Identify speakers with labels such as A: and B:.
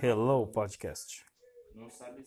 A: Hello Podcast.
B: Não sabe